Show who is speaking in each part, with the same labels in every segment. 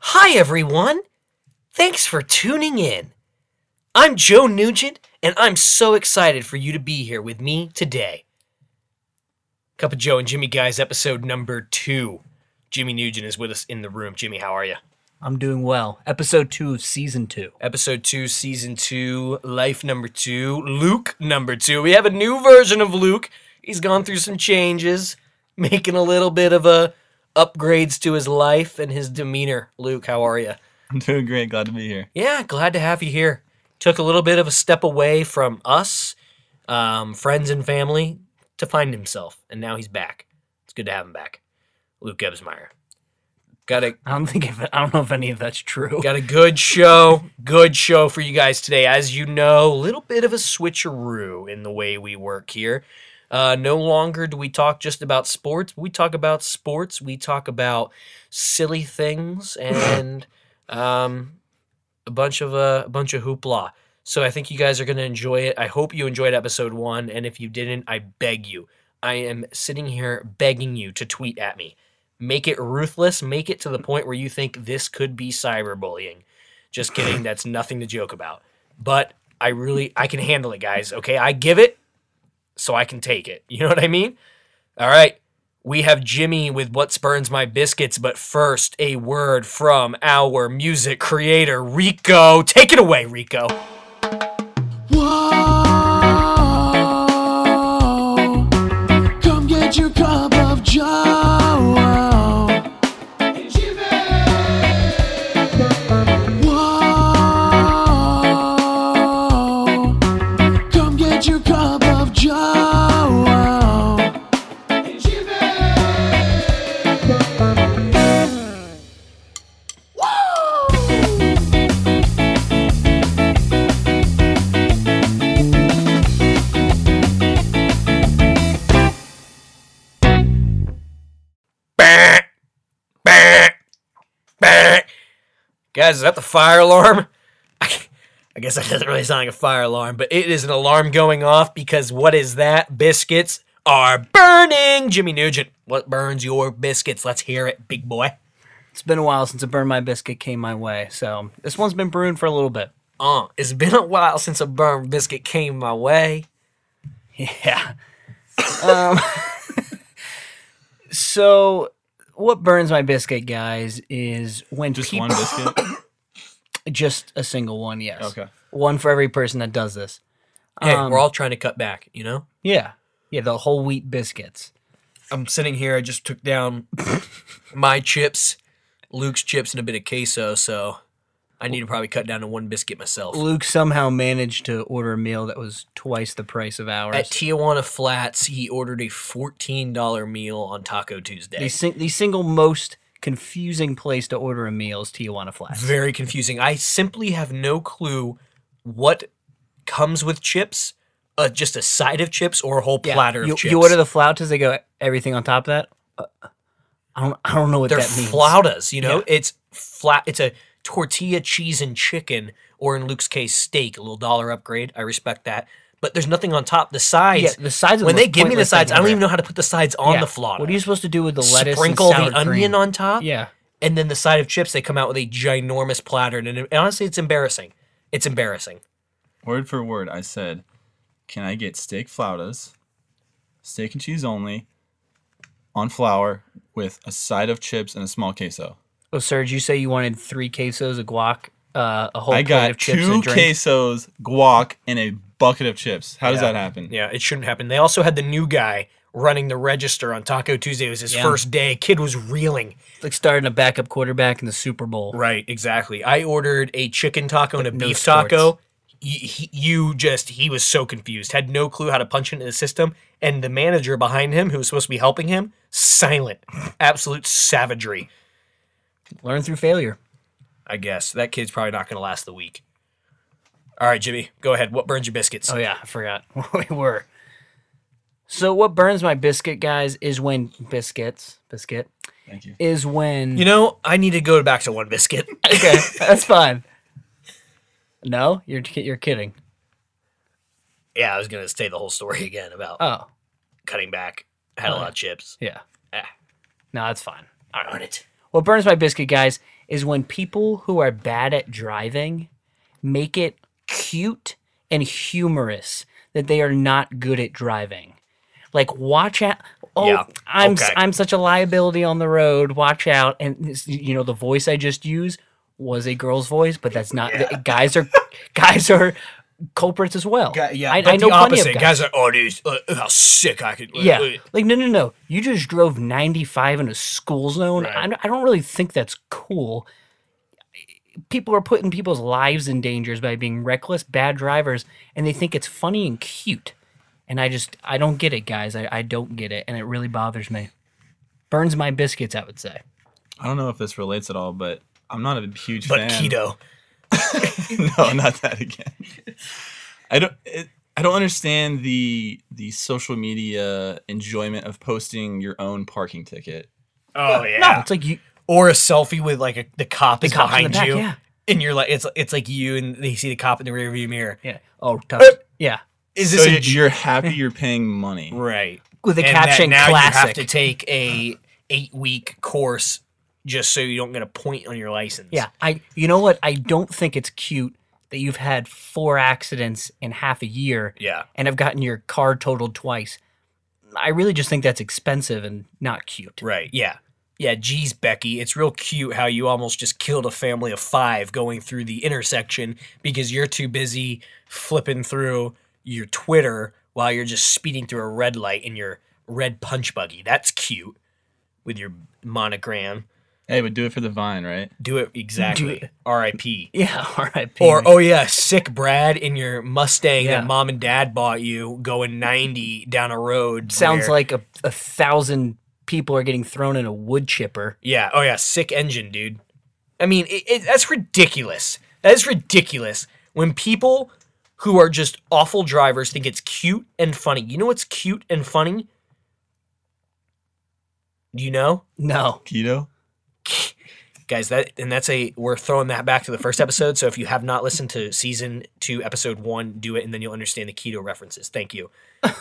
Speaker 1: Hi, everyone. Thanks for tuning in. I'm Joe Nugent, and I'm so excited for you to be here with me today. Cup of Joe and Jimmy Guys, episode number two. Jimmy Nugent is with us in the room. Jimmy, how are you?
Speaker 2: I'm doing well. Episode two of season two.
Speaker 1: Episode two, season two, life number two, Luke number two. We have a new version of Luke. He's gone through some changes, making a little bit of a upgrades to his life and his demeanor. Luke, how are you?
Speaker 3: I'm doing great. Glad to be here.
Speaker 1: Yeah, glad to have you here. Took a little bit of a step away from us, um, friends and family, to find himself, and now he's back. It's good to have him back. Luke Gebsmeyer. Got a
Speaker 2: I don't think if I don't know if any of that's true.
Speaker 1: got a good show, good show for you guys today. As you know, a little bit of a switcheroo in the way we work here. Uh, no longer do we talk just about sports. We talk about sports. We talk about silly things and um, a bunch of uh, a bunch of hoopla. So I think you guys are going to enjoy it. I hope you enjoyed episode one, and if you didn't, I beg you. I am sitting here begging you to tweet at me. Make it ruthless. Make it to the point where you think this could be cyberbullying. Just kidding. That's nothing to joke about. But I really, I can handle it, guys. Okay, I give it, so I can take it. You know what I mean? All right. We have Jimmy with What Spurns My Biscuits, but first, a word from our music creator, Rico. Take it away, Rico.
Speaker 4: Whoa, come get your cup of Joe. Whoa, come get your cup of Joe. Woo!
Speaker 1: Bah, bah, bah. Guys, is that the fire alarm? I guess that doesn't really sound like a fire alarm, but it is an alarm going off because what is that? Biscuits are burning. Jimmy Nugent, what burns your biscuits? Let's hear it, big boy.
Speaker 2: It's been a while since a burn my biscuit came my way, so this one's been brewing for a little bit.
Speaker 1: Uh, it's been a while since a burned biscuit came my way.
Speaker 2: Yeah. um, so what burns my biscuit, guys, is when
Speaker 3: Just
Speaker 2: people
Speaker 3: one biscuit.
Speaker 2: just a single one, yes.
Speaker 3: Okay.
Speaker 2: One for every person that does this.
Speaker 1: Hey,
Speaker 2: Um,
Speaker 1: we're all trying to cut back, you know?
Speaker 2: Yeah. Yeah, the whole wheat biscuits.
Speaker 1: I'm sitting here. I just took down my chips, Luke's chips, and a bit of queso. So I need to probably cut down to one biscuit myself.
Speaker 2: Luke somehow managed to order a meal that was twice the price of ours.
Speaker 1: At Tijuana Flats, he ordered a $14 meal on Taco Tuesday.
Speaker 2: the, sing- the single most confusing place to order a meal is Tijuana Flats.
Speaker 1: Very confusing. I simply have no clue what comes with chips. Uh, just a side of chips or a whole platter
Speaker 2: you,
Speaker 1: of chips.
Speaker 2: you order the flautas, they go everything on top of that. Uh, I don't, I don't know what
Speaker 1: They're
Speaker 2: that means.
Speaker 1: flautas, you know? It's flat it's a tortilla cheese and chicken or in Luke's case steak, a little dollar upgrade. I respect that. But there's nothing on top. The sides
Speaker 2: Yeah, the sides are the
Speaker 1: When they
Speaker 2: most
Speaker 1: give me the
Speaker 2: pointless
Speaker 1: sides,
Speaker 2: thing
Speaker 1: I don't
Speaker 2: ever.
Speaker 1: even know how to put the sides on
Speaker 2: Yeah.
Speaker 1: the flauta.
Speaker 2: What are you supposed to do with the lettuce?
Speaker 1: sprinkle
Speaker 2: and sour
Speaker 1: the onion
Speaker 2: cream?
Speaker 1: on top?
Speaker 2: Yeah,
Speaker 1: And then the side of chips they come out with a ginormous platter and, it- and honestly it's embarrassing. It's embarrassing.
Speaker 3: Word for word, I said, "Can I get steak flautas, steak and cheese only, on flour with a side of chips and a small queso?"
Speaker 2: Oh, Serge, you say you wanted three quesos, a guac, uh, a whole
Speaker 3: I
Speaker 2: plate
Speaker 3: got
Speaker 2: of chips
Speaker 3: two
Speaker 2: and drinks.
Speaker 3: quesos, guac, and a bucket of chips. How does that happen?
Speaker 1: Yeah, it shouldn't happen. They also had the new guy running the register on Taco Tuesday. It was his first day. Kid was reeling.
Speaker 2: like starting a backup quarterback in the Super Bowl.
Speaker 1: Right, exactly. I ordered a chicken taco and a
Speaker 2: no
Speaker 1: beef
Speaker 2: sports.
Speaker 1: taco. You, he, you just, he was so confused, had no clue how to punch into the system. And the manager behind him, who was supposed to be helping him, silent. Absolute savagery,
Speaker 2: Learn through failure.
Speaker 1: I guess. That kid's probably not going to last the week. All right, Jimmy, go ahead. What burns your biscuits?
Speaker 2: Oh yeah, I forgot where we were. So what burns my biscuit, guys, is when biscuits biscuit
Speaker 3: Thank you.
Speaker 2: is when
Speaker 1: You know, I need to go back to one biscuit.
Speaker 2: okay, that's fine. No, you're ki- you're kidding.
Speaker 1: yeah, I was going to say the whole story again about
Speaker 2: Oh uh,
Speaker 1: cutting back. I had a lot of chips.
Speaker 2: yeah,
Speaker 1: Ah.
Speaker 2: no, that's fine.
Speaker 1: I own it.
Speaker 2: What burns my biscuit, guys, is when people who are bad at driving make it cute and humorous that they are not good at driving. Like, watch out. Oh,
Speaker 1: Yeah,
Speaker 2: I'm s-
Speaker 1: okay.
Speaker 2: I'm such a liability on the road. Watch out! And this- you know the voice I just used was a girl's voice, but that's not. Guys are guys are culprits as well.
Speaker 1: yeah,
Speaker 2: I,
Speaker 1: but
Speaker 2: I know
Speaker 1: the
Speaker 2: plenty
Speaker 1: opposite.
Speaker 2: of
Speaker 1: guys.
Speaker 2: guys.
Speaker 1: are oh, dude, uh, how sick I could.
Speaker 2: Yeah. Like, no, no, no. You just drove 95 in a school zone.
Speaker 1: Right.
Speaker 2: I, don't- I don't really think that's cool. People are putting people's lives in dangers by being reckless, bad drivers, and they think it's funny and cute. And I just, I don't get it, guys. I, I don't get it. And it really bothers me. Burns my biscuits, I would say.
Speaker 3: I don't know if this relates at all, but I'm not a huge
Speaker 1: but
Speaker 3: fan.
Speaker 1: keto.
Speaker 3: no, not that again. I don't. It, I don't understand the the social media enjoyment of posting your own parking ticket.
Speaker 1: Oh yeah.
Speaker 2: No, it's like you,
Speaker 1: Or a selfie with like a, the cop is
Speaker 2: cop in the
Speaker 1: behind
Speaker 2: back,
Speaker 1: you,
Speaker 2: yeah.
Speaker 1: and you're like, it's it's like you and they see the cop in the rearview mirror.
Speaker 2: yeah. Oh, tough. yeah.
Speaker 1: Is
Speaker 3: So
Speaker 1: this a
Speaker 3: you-
Speaker 1: j-
Speaker 3: you're happy you're paying money.
Speaker 1: right?
Speaker 2: With a
Speaker 1: And that
Speaker 2: caption
Speaker 1: now you have
Speaker 2: classic.
Speaker 1: to take a eight week course just so you don't get a point on your license.
Speaker 2: Yeah, I. You know what? I don't think it's cute that you've had four accidents in half a year.
Speaker 1: Yeah.
Speaker 2: and have gotten your car totaled twice. I really just think that's expensive and not cute.
Speaker 1: Right. Yeah. Yeah. Geez, Becky, it's real cute how you almost just killed a family of five going through the intersection because you're too busy flipping through your Twitter while you're just speeding through a red light in your red punch buggy. That's cute with your monogram.
Speaker 3: Hey, but do it for the vine, right?
Speaker 1: Do it exactly.
Speaker 2: it.
Speaker 1: R.I.P.
Speaker 2: Yeah, R.I.P.
Speaker 1: Or oh yeah, sick Brad in your Mustang
Speaker 2: Yeah.
Speaker 1: that mom and dad bought you going 90 down a road.
Speaker 2: sounds
Speaker 1: where-
Speaker 2: like a, a thousand people are getting thrown in a wood chipper.
Speaker 1: Yeah. Oh yeah. Sick engine, dude. I mean, it, it, that's ridiculous. That is ridiculous. When people who are just awful drivers think it's cute and funny. You know what's cute and funny? Do you know,
Speaker 2: No,
Speaker 3: Keto.
Speaker 1: guys? That and that's a we're throwing that back to the first episode. So if you have not listened to season two, episode one, do it, and then you'll understand the keto references. Thank you.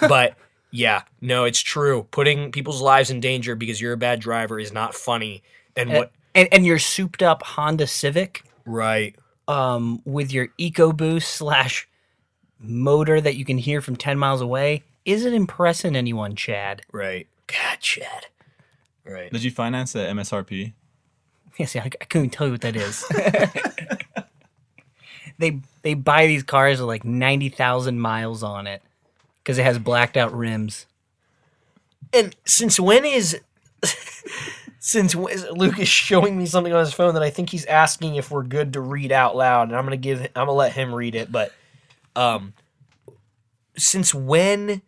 Speaker 1: But yeah, no, it's true. Putting people's lives in danger because you're a bad driver is not funny.
Speaker 2: Eh.
Speaker 1: And what?
Speaker 2: and and your souped up Honda Civic
Speaker 1: Right.
Speaker 2: um, with your EcoBoost slash motor that you can hear from ten miles away isn't impressing anyone, Chad.
Speaker 1: Right. God, Chad. Right.
Speaker 3: Did you finance that MSRP?
Speaker 2: Yeah, see, I, I couldn't tell you what that is. they they buy these cars with like ninety thousand miles on it because it has blacked out rims.
Speaker 1: And since when is since when is Luke is showing me something on his phone that I think he's asking if we're good to read out loud, and I'm gonna give I'm gonna let him read it, but um, since when?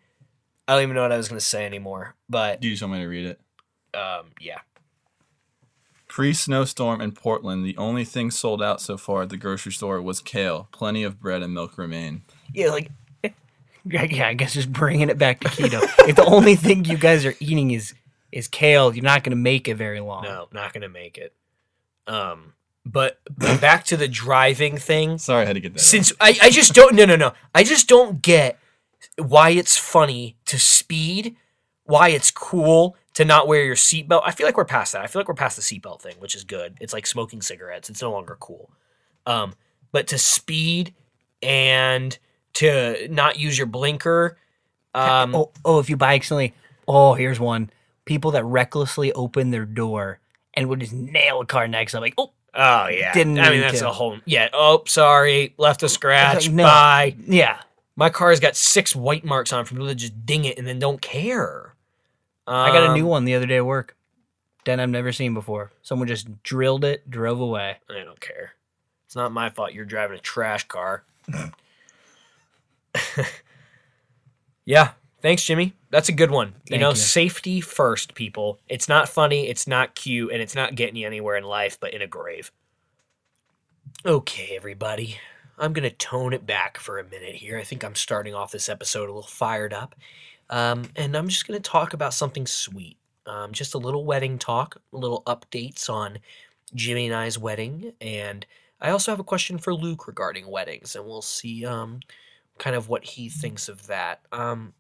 Speaker 1: I don't even know what I was gonna say anymore, but
Speaker 3: Do you just want me to read it?
Speaker 1: um, yeah.
Speaker 3: Pre snowstorm in Portland, the only thing sold out so far at the grocery store was kale. Plenty of bread and milk remain.
Speaker 2: Yeah, like yeah, yeah, I guess just bringing it back to keto. if the only thing you guys are eating is is kale, you're not going to make it very long.
Speaker 1: No, not gonna make it. Um, but, but back to the driving thing.
Speaker 3: Sorry, I had to get that. out.
Speaker 1: since I, I just don't no no no I just don't get why it's funny to speed, why it's cool to not wear your seatbelt. I feel like we're past that. I feel like we're past the seatbelt thing, which is good. It's like smoking cigarettes. It's no longer cool. Um, but to speed and to not use your blinker. Um,
Speaker 2: Oh, oh, if you buy accidentally, oh, here's one. People that recklessly open their door and would just nail a car next. I'm like, oh,
Speaker 1: oh yeah,
Speaker 2: Didn't
Speaker 1: I mean
Speaker 2: mean
Speaker 1: that's
Speaker 2: to.
Speaker 1: a whole yeah. Oh sorry, left a scratch.
Speaker 2: no.
Speaker 1: Bye.
Speaker 2: yeah.
Speaker 1: My car's got six white marks on it from people that just ding it and then don't care.
Speaker 2: I got a
Speaker 1: Um,
Speaker 2: new one the other day at work. Den I've never seen before. Someone just drilled it, drove away.
Speaker 1: I don't care. It's not my fault you're driving a trash car. yeah. Thanks, Jimmy. That's a good one. you
Speaker 2: Thank
Speaker 1: know,
Speaker 2: you.
Speaker 1: safety first, people. It's not funny, it's not cute, and it's not getting you anywhere in life but in a grave. Okay, everybody. I'm going to tone it back for a minute here. I think I'm starting off this episode a little fired up. Um, and I'm just going to talk about something sweet. Um, just a little wedding talk, little updates on Jimmy and I's wedding, and I also have a question for Luke regarding weddings, and we'll see um, kind of what he thinks of that. Um,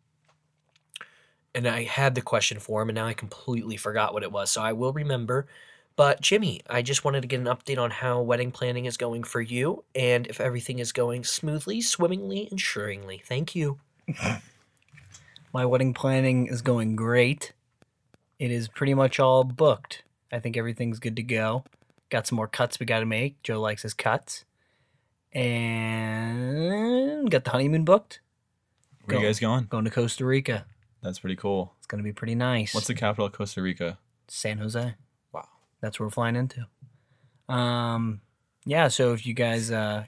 Speaker 1: and I had the question for him, and now I completely forgot what it was, so I will remember. But Jimmy, I just wanted to get an update on how wedding planning is going for you and if everything is going smoothly, swimmingly, and suringly. Thank you.
Speaker 2: My wedding planning is going great. It is pretty much all booked. I think everything's good to go. Got some more cuts we got to make. Joe likes his cuts. And got the honeymoon booked.
Speaker 3: Where are you
Speaker 2: Go.
Speaker 3: guys going?
Speaker 2: Going to Costa Rica.
Speaker 3: That's pretty cool.
Speaker 2: It's going to be pretty nice.
Speaker 3: What's the capital of Costa Rica?
Speaker 2: San Jose.
Speaker 3: Wow.
Speaker 2: That's where we're flying into. Um, yeah, so if you guys uh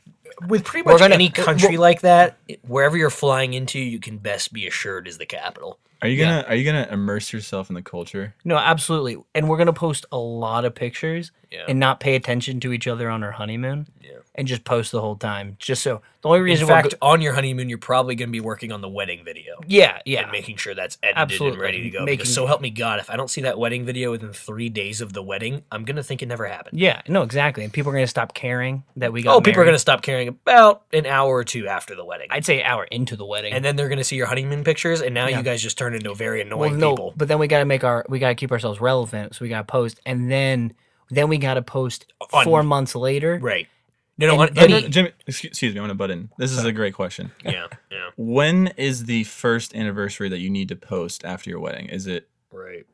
Speaker 1: With pretty
Speaker 2: We're
Speaker 1: much
Speaker 2: gonna-
Speaker 1: any
Speaker 2: w-
Speaker 1: country
Speaker 2: w-
Speaker 1: like that, wherever you're flying into, you can best be assured is the capital.
Speaker 3: Are you gonna Are you gonna immerse yourself in the culture?
Speaker 2: no, absolutely. And we're going to post a lot of pictures
Speaker 1: Yeah.
Speaker 2: and not pay attention to each other on our honeymoon
Speaker 1: Yeah.
Speaker 2: and just post the whole time. Just so the only
Speaker 1: In
Speaker 2: reason we're go-
Speaker 1: fact, on your honeymoon, you're probably going to be working on the wedding video
Speaker 2: yeah, yeah.
Speaker 1: and making sure that's edited
Speaker 2: Absolutely.
Speaker 1: and ready to go.
Speaker 2: Making-
Speaker 1: because so help me God, if I don't see that wedding video within three days of the wedding, I'm going to think it never happened.
Speaker 2: Yeah, no, exactly. And people are going to stop caring that we got
Speaker 1: Oh, people are
Speaker 2: married.
Speaker 1: going to stop caring about an hour or two after the wedding.
Speaker 2: I'd say an hour into the wedding.
Speaker 1: and then they're going to see your honeymoon pictures, and now
Speaker 2: Yeah.
Speaker 1: you guys just turn into very
Speaker 2: well,
Speaker 1: annoying
Speaker 2: no,
Speaker 1: people.
Speaker 2: but then we got to make our we got to keep ourselves relevant, so we got to post and then then we got to post
Speaker 1: On-
Speaker 2: 4 months later.
Speaker 1: Right. No, no,
Speaker 2: And
Speaker 1: on
Speaker 2: then
Speaker 1: any-
Speaker 2: he-
Speaker 3: Jimmy, excuse, excuse me. I'm gonna butt in. This is a great question.
Speaker 1: yeah, yeah,
Speaker 3: When is the first anniversary that you need to post after your wedding? Is it
Speaker 1: right.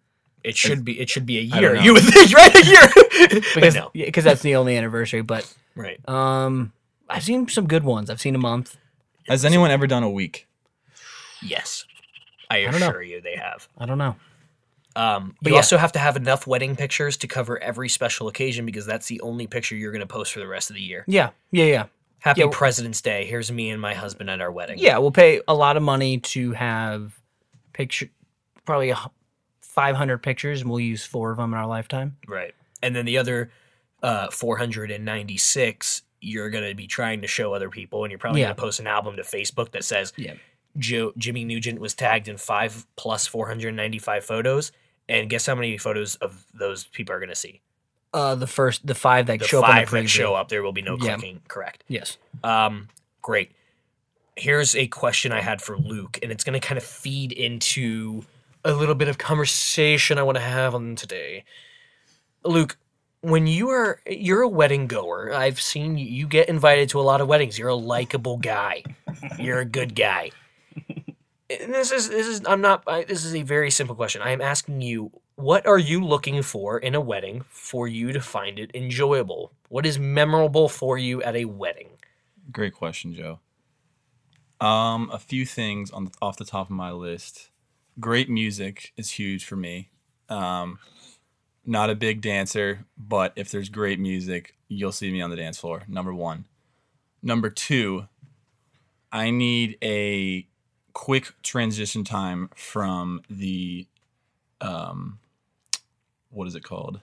Speaker 1: It should be. It should be a
Speaker 3: I don't
Speaker 1: year.
Speaker 3: know.
Speaker 1: You would think, right? A year. but
Speaker 2: Because
Speaker 1: no.
Speaker 2: yeah, 'cause that's the only anniversary, but
Speaker 1: Right.
Speaker 2: um I've seen some good ones. I've seen a month.
Speaker 3: Has anyone ever done a week?
Speaker 1: Yes. I
Speaker 2: don't know.
Speaker 1: assure you, they have.
Speaker 2: I don't know.
Speaker 1: Um,
Speaker 2: But
Speaker 1: you
Speaker 2: yeah.
Speaker 1: also have to have enough wedding pictures to cover every special occasion because that's the only picture you're going to post for the rest of the year.
Speaker 2: Yeah. Yeah, yeah.
Speaker 1: Happy
Speaker 2: Yeah.
Speaker 1: President's Day. Here's me and my husband at our wedding.
Speaker 2: Yeah, we'll pay a lot of money to have picture probably a h- 500 pictures and we'll use 4 of them in our lifetime.
Speaker 1: Right. And then the other uh, 496, you're going to be trying to show other people, and you're probably
Speaker 2: Yeah.
Speaker 1: going to post an album to Facebook that says
Speaker 2: Yeah.
Speaker 1: Joe, Jimmy Nugent was tagged in five plus 495 photos. And guess how many photos of those people are going to see?
Speaker 2: Uh, the first, the five that
Speaker 1: The
Speaker 2: show up.
Speaker 1: five
Speaker 2: on the
Speaker 1: that
Speaker 2: preview.
Speaker 1: show up. There will be no
Speaker 2: Yeah.
Speaker 1: clicking. Correct.
Speaker 2: Yes.
Speaker 1: Um, great. Here's a question I had for Luke, and it's going to kind of feed into a little bit of conversation I want to have on today. Luke, when you are you're a wedding goer, I've seen you, you get invited to a lot of weddings. You're a likable guy. You're a good guy. And this is this is I'm not I, this is a very simple question. I am asking you what are you looking for in a wedding for you to find it enjoyable? What is memorable for you at a wedding?
Speaker 3: Great question, Joe. Um, a few things on off the top of my list. Great music is huge for me. Um, not a big dancer, but if there's great music, you'll see me on the dance floor. Number one. Number two, I need a quick transition time from the, um, what is it called?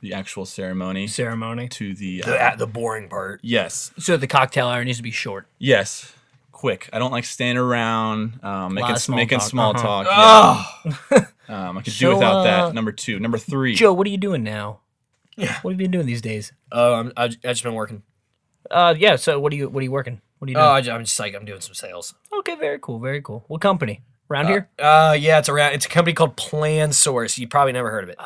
Speaker 3: The actual ceremony
Speaker 2: Ceremony.
Speaker 3: to the,
Speaker 1: the
Speaker 3: uh,
Speaker 1: at the boring part.
Speaker 3: yes,
Speaker 2: So the cocktail hour needs to be short.
Speaker 3: Yes, quick. I don't like standing around um, making
Speaker 2: of small
Speaker 3: making
Speaker 2: talk.
Speaker 3: small
Speaker 2: Uh-huh.
Speaker 3: talk. yeah. um, I could
Speaker 2: So,
Speaker 3: do without
Speaker 2: uh,
Speaker 3: that. Number two, number three.
Speaker 2: Joe, what are you doing now? Yeah. What have you been doing these days?
Speaker 1: Oh, I'm, I, I just been working.
Speaker 2: Uh, yeah. So what are you? What are you working? What are you
Speaker 1: Oh,
Speaker 2: doing?
Speaker 1: I, am just like I'm doing some sales.
Speaker 2: okay, very cool, very cool. What company? Around here?
Speaker 1: Uh, yeah, it's around. It's a company called Plan Source. You probably never heard of it.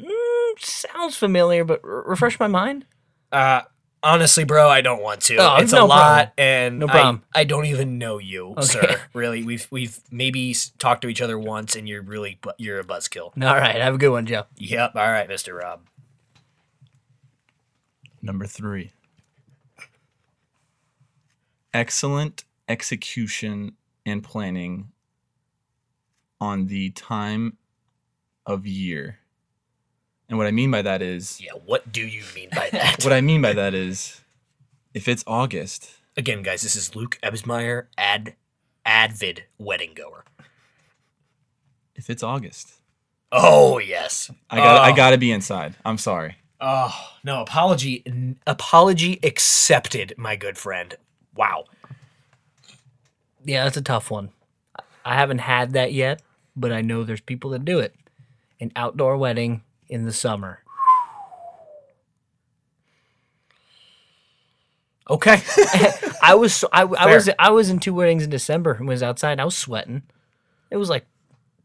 Speaker 2: Mm, sounds familiar, but r- refresh my mind.
Speaker 1: Uh, honestly, bro, I don't want to.
Speaker 2: Oh,
Speaker 1: it's a
Speaker 2: no problem.
Speaker 1: lot, and
Speaker 2: No
Speaker 1: I-
Speaker 2: problem.
Speaker 1: I, don't even know you, sir. Really, we've we've maybe s- talked to each other once, and you're really bu- you're a buzzkill.
Speaker 2: All right, have a good one, Joe.
Speaker 1: Yep. All right, Mister Rob.
Speaker 3: Number three. Excellent execution and planning on the time of year. And what I mean by that is,
Speaker 1: Yeah. What do you mean by that?
Speaker 3: what I mean by that is, if it's August,
Speaker 1: Again, guys, this is Luke Ebsmeyer, ad avid wedding goer.
Speaker 3: if it's August,
Speaker 1: Oh yes.
Speaker 3: I got to I
Speaker 1: Oh.
Speaker 3: got to be inside. I'm sorry.
Speaker 1: Oh no! Apology, n- apology accepted, my good friend. Wow.
Speaker 2: Yeah, that's a tough one. I haven't had that yet, but I know there's people that do it. An outdoor wedding in the summer.
Speaker 1: Okay.
Speaker 2: I was so- I, I
Speaker 1: Fair.
Speaker 2: was I was in two weddings in December and was outside. and I was sweating. It was like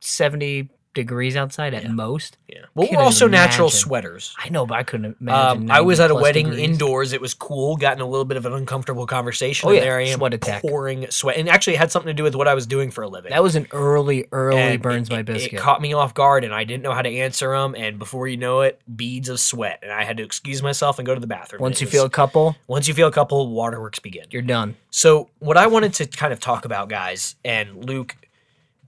Speaker 2: seventy degrees outside at most.
Speaker 1: Yeah. Well,
Speaker 2: Can't
Speaker 1: we're also
Speaker 2: even
Speaker 1: natural
Speaker 2: imagine.
Speaker 1: sweaters.
Speaker 2: I know, but I couldn't imagine.
Speaker 1: Um, I was
Speaker 2: 90
Speaker 1: at a
Speaker 2: plus
Speaker 1: wedding
Speaker 2: degrees.
Speaker 1: indoors. It was cool. Got in a little bit of an uncomfortable conversation.
Speaker 2: Oh,
Speaker 1: and
Speaker 2: yeah.
Speaker 1: there I am
Speaker 2: Sweat attack.
Speaker 1: pouring sweat, and actually it had something to do with what I was doing for a living.
Speaker 2: That was an early, early
Speaker 1: And
Speaker 2: burns
Speaker 1: it-
Speaker 2: my
Speaker 1: it-
Speaker 2: biscuit.
Speaker 1: It caught me off guard, and I didn't know how to answer them. And before you know it, beads of sweat, and I had to excuse myself and go to the bathroom.
Speaker 2: Once
Speaker 1: It
Speaker 2: you
Speaker 1: was-
Speaker 2: feel a couple,
Speaker 1: once you feel a couple, waterworks begin.
Speaker 2: you're done.
Speaker 1: So what I wanted to kind of talk about, guys, and Luke,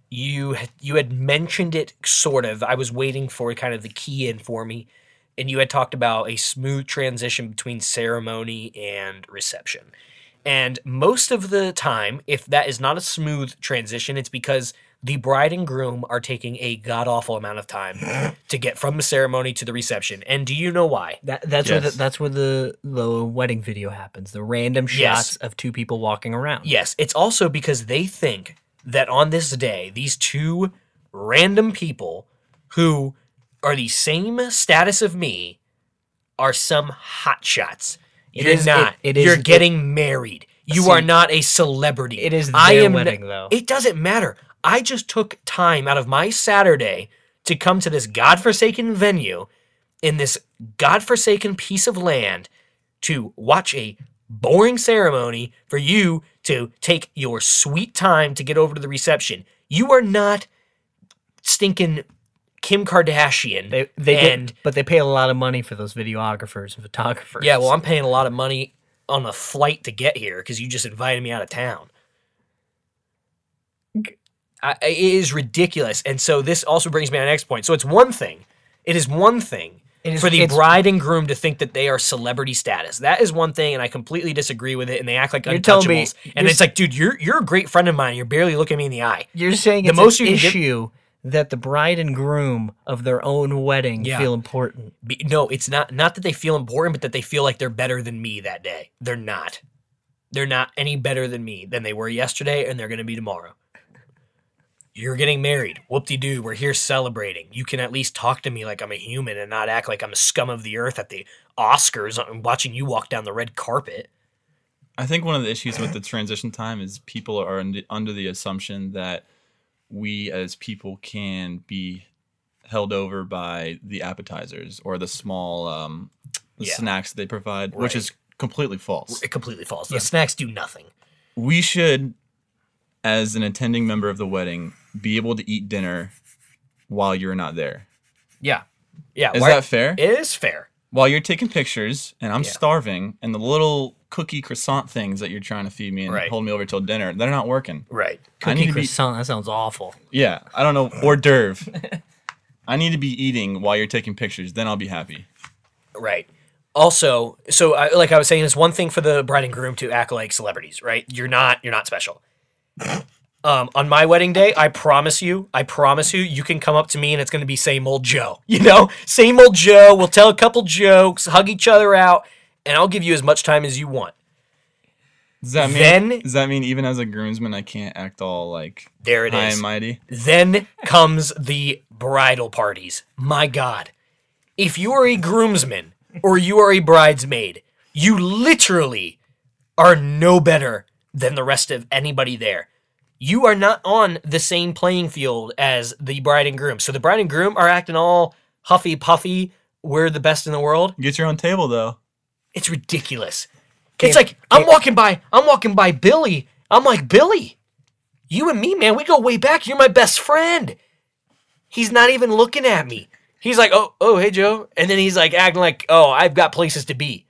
Speaker 1: you you had mentioned it sort of. I was waiting for kind of the key in for me, and you had talked about a smooth transition between ceremony and reception. And most of the time, if that is not a smooth transition, it's because the bride and groom are taking a god awful amount of time to get from the ceremony to the reception. And do you know why?
Speaker 2: That, that's where
Speaker 3: Yes.
Speaker 2: the, that's where the the wedding video happens. The random shots
Speaker 1: Yes.
Speaker 2: of two people walking around.
Speaker 1: Yes, it's also because they think that on this day, these two random people who are the same status of me are some hotshots.
Speaker 2: It
Speaker 1: You're
Speaker 2: is- it-
Speaker 1: not.
Speaker 2: it is-
Speaker 1: You're
Speaker 2: it-
Speaker 1: getting married. You
Speaker 2: See,
Speaker 1: are not a celebrity.
Speaker 2: it is
Speaker 1: I
Speaker 2: their
Speaker 1: am
Speaker 2: wedding,
Speaker 1: n-
Speaker 2: though.
Speaker 1: It doesn't matter. I just took time out of my Saturday to come to this godforsaken venue in this godforsaken piece of land to watch a boring ceremony for you to take your sweet time to get over to the reception. You are not stinking Kim Kardashian.
Speaker 2: they they get-
Speaker 1: and
Speaker 2: but they pay a lot of money for those videographers and photographers.
Speaker 1: yeah, well, I'm paying a lot of money on a flight to get here because you just invited me out of town. I, it is ridiculous, and so this also brings me to my next point. So it's one thing, it is one thing
Speaker 2: It is-
Speaker 1: for the
Speaker 2: it's-
Speaker 1: bride and groom to think that they are celebrity status. That is one thing, and I completely disagree with it. And they act like
Speaker 2: You're telling me-
Speaker 1: untouchables, and
Speaker 2: you're
Speaker 1: it's like, dude, you're you're a great friend of mine. You're barely looking me in the eye.
Speaker 2: you're saying
Speaker 1: the
Speaker 2: it's
Speaker 1: most
Speaker 2: an
Speaker 1: you can get-
Speaker 2: issue that the bride and groom of their own wedding
Speaker 1: Yeah.
Speaker 2: feel important.
Speaker 1: Be- No, it's not. Not that they feel important, but that they feel like they're better than me that day. They're not. They're not any better than me than they were yesterday, and they're going to be tomorrow. You're getting married. Whoop de doo. We're here celebrating. You can at least talk to me like I'm a human and not act like I'm a scum of the earth at the Oscars and watching you walk down the red carpet.
Speaker 3: I think one of the issues with the transition time is people are und- under the assumption that we as people can be held over by the appetizers or the small um, the
Speaker 1: Yeah.
Speaker 3: snacks they provide,
Speaker 1: Right.
Speaker 3: which is completely false.
Speaker 1: It completely falls. The snacks do nothing.
Speaker 3: We should, as an attending member of the wedding, be able to eat dinner while you're not there.
Speaker 1: Yeah. Yeah.
Speaker 3: Is
Speaker 1: why-
Speaker 3: that fair?
Speaker 1: It is fair.
Speaker 3: while you're taking pictures and I'm
Speaker 1: Yeah.
Speaker 3: starving, and the little cookie croissant things that you're trying to feed me and
Speaker 1: Right.
Speaker 3: hold me over till dinner, they're not working.
Speaker 1: Right.
Speaker 3: I
Speaker 2: Cookie
Speaker 3: need to be
Speaker 2: croissant. That sounds awful.
Speaker 3: Yeah, I don't know hors d'oeuvre. I need to be eating while you're taking pictures. Then I'll be happy.
Speaker 1: Right. Also, so I, like I was saying, it's one thing for the bride and groom to act like celebrities, right? You're not. You're not special. Um, on my wedding day, I promise you, I promise you, you can come up to me and it's going to be same old Joe. You know, same old Joe. We'll tell a couple jokes, hug each other out, and I'll give you as much time as you want.
Speaker 3: Does that mean?
Speaker 1: Then-
Speaker 3: does that mean even as a groomsman, I can't act all like
Speaker 1: There it is.
Speaker 3: high and mighty?
Speaker 1: Then comes the bridal parties. My God. If you are a groomsman or you are a bridesmaid, you literally are no better than the rest of anybody there. You are not on the same playing field as the bride and groom. So the bride and groom are acting all huffy puffy. We're the best in the world.
Speaker 3: Get your own table though.
Speaker 1: It's ridiculous. It's like I'm walking by. I'm walking by Billy. I'm like Billy. You and me, man, we go way back. You're my best friend. He's not even looking at me. He's like, oh, oh, hey, Joe, and then he's like acting like, oh, I've got places to be,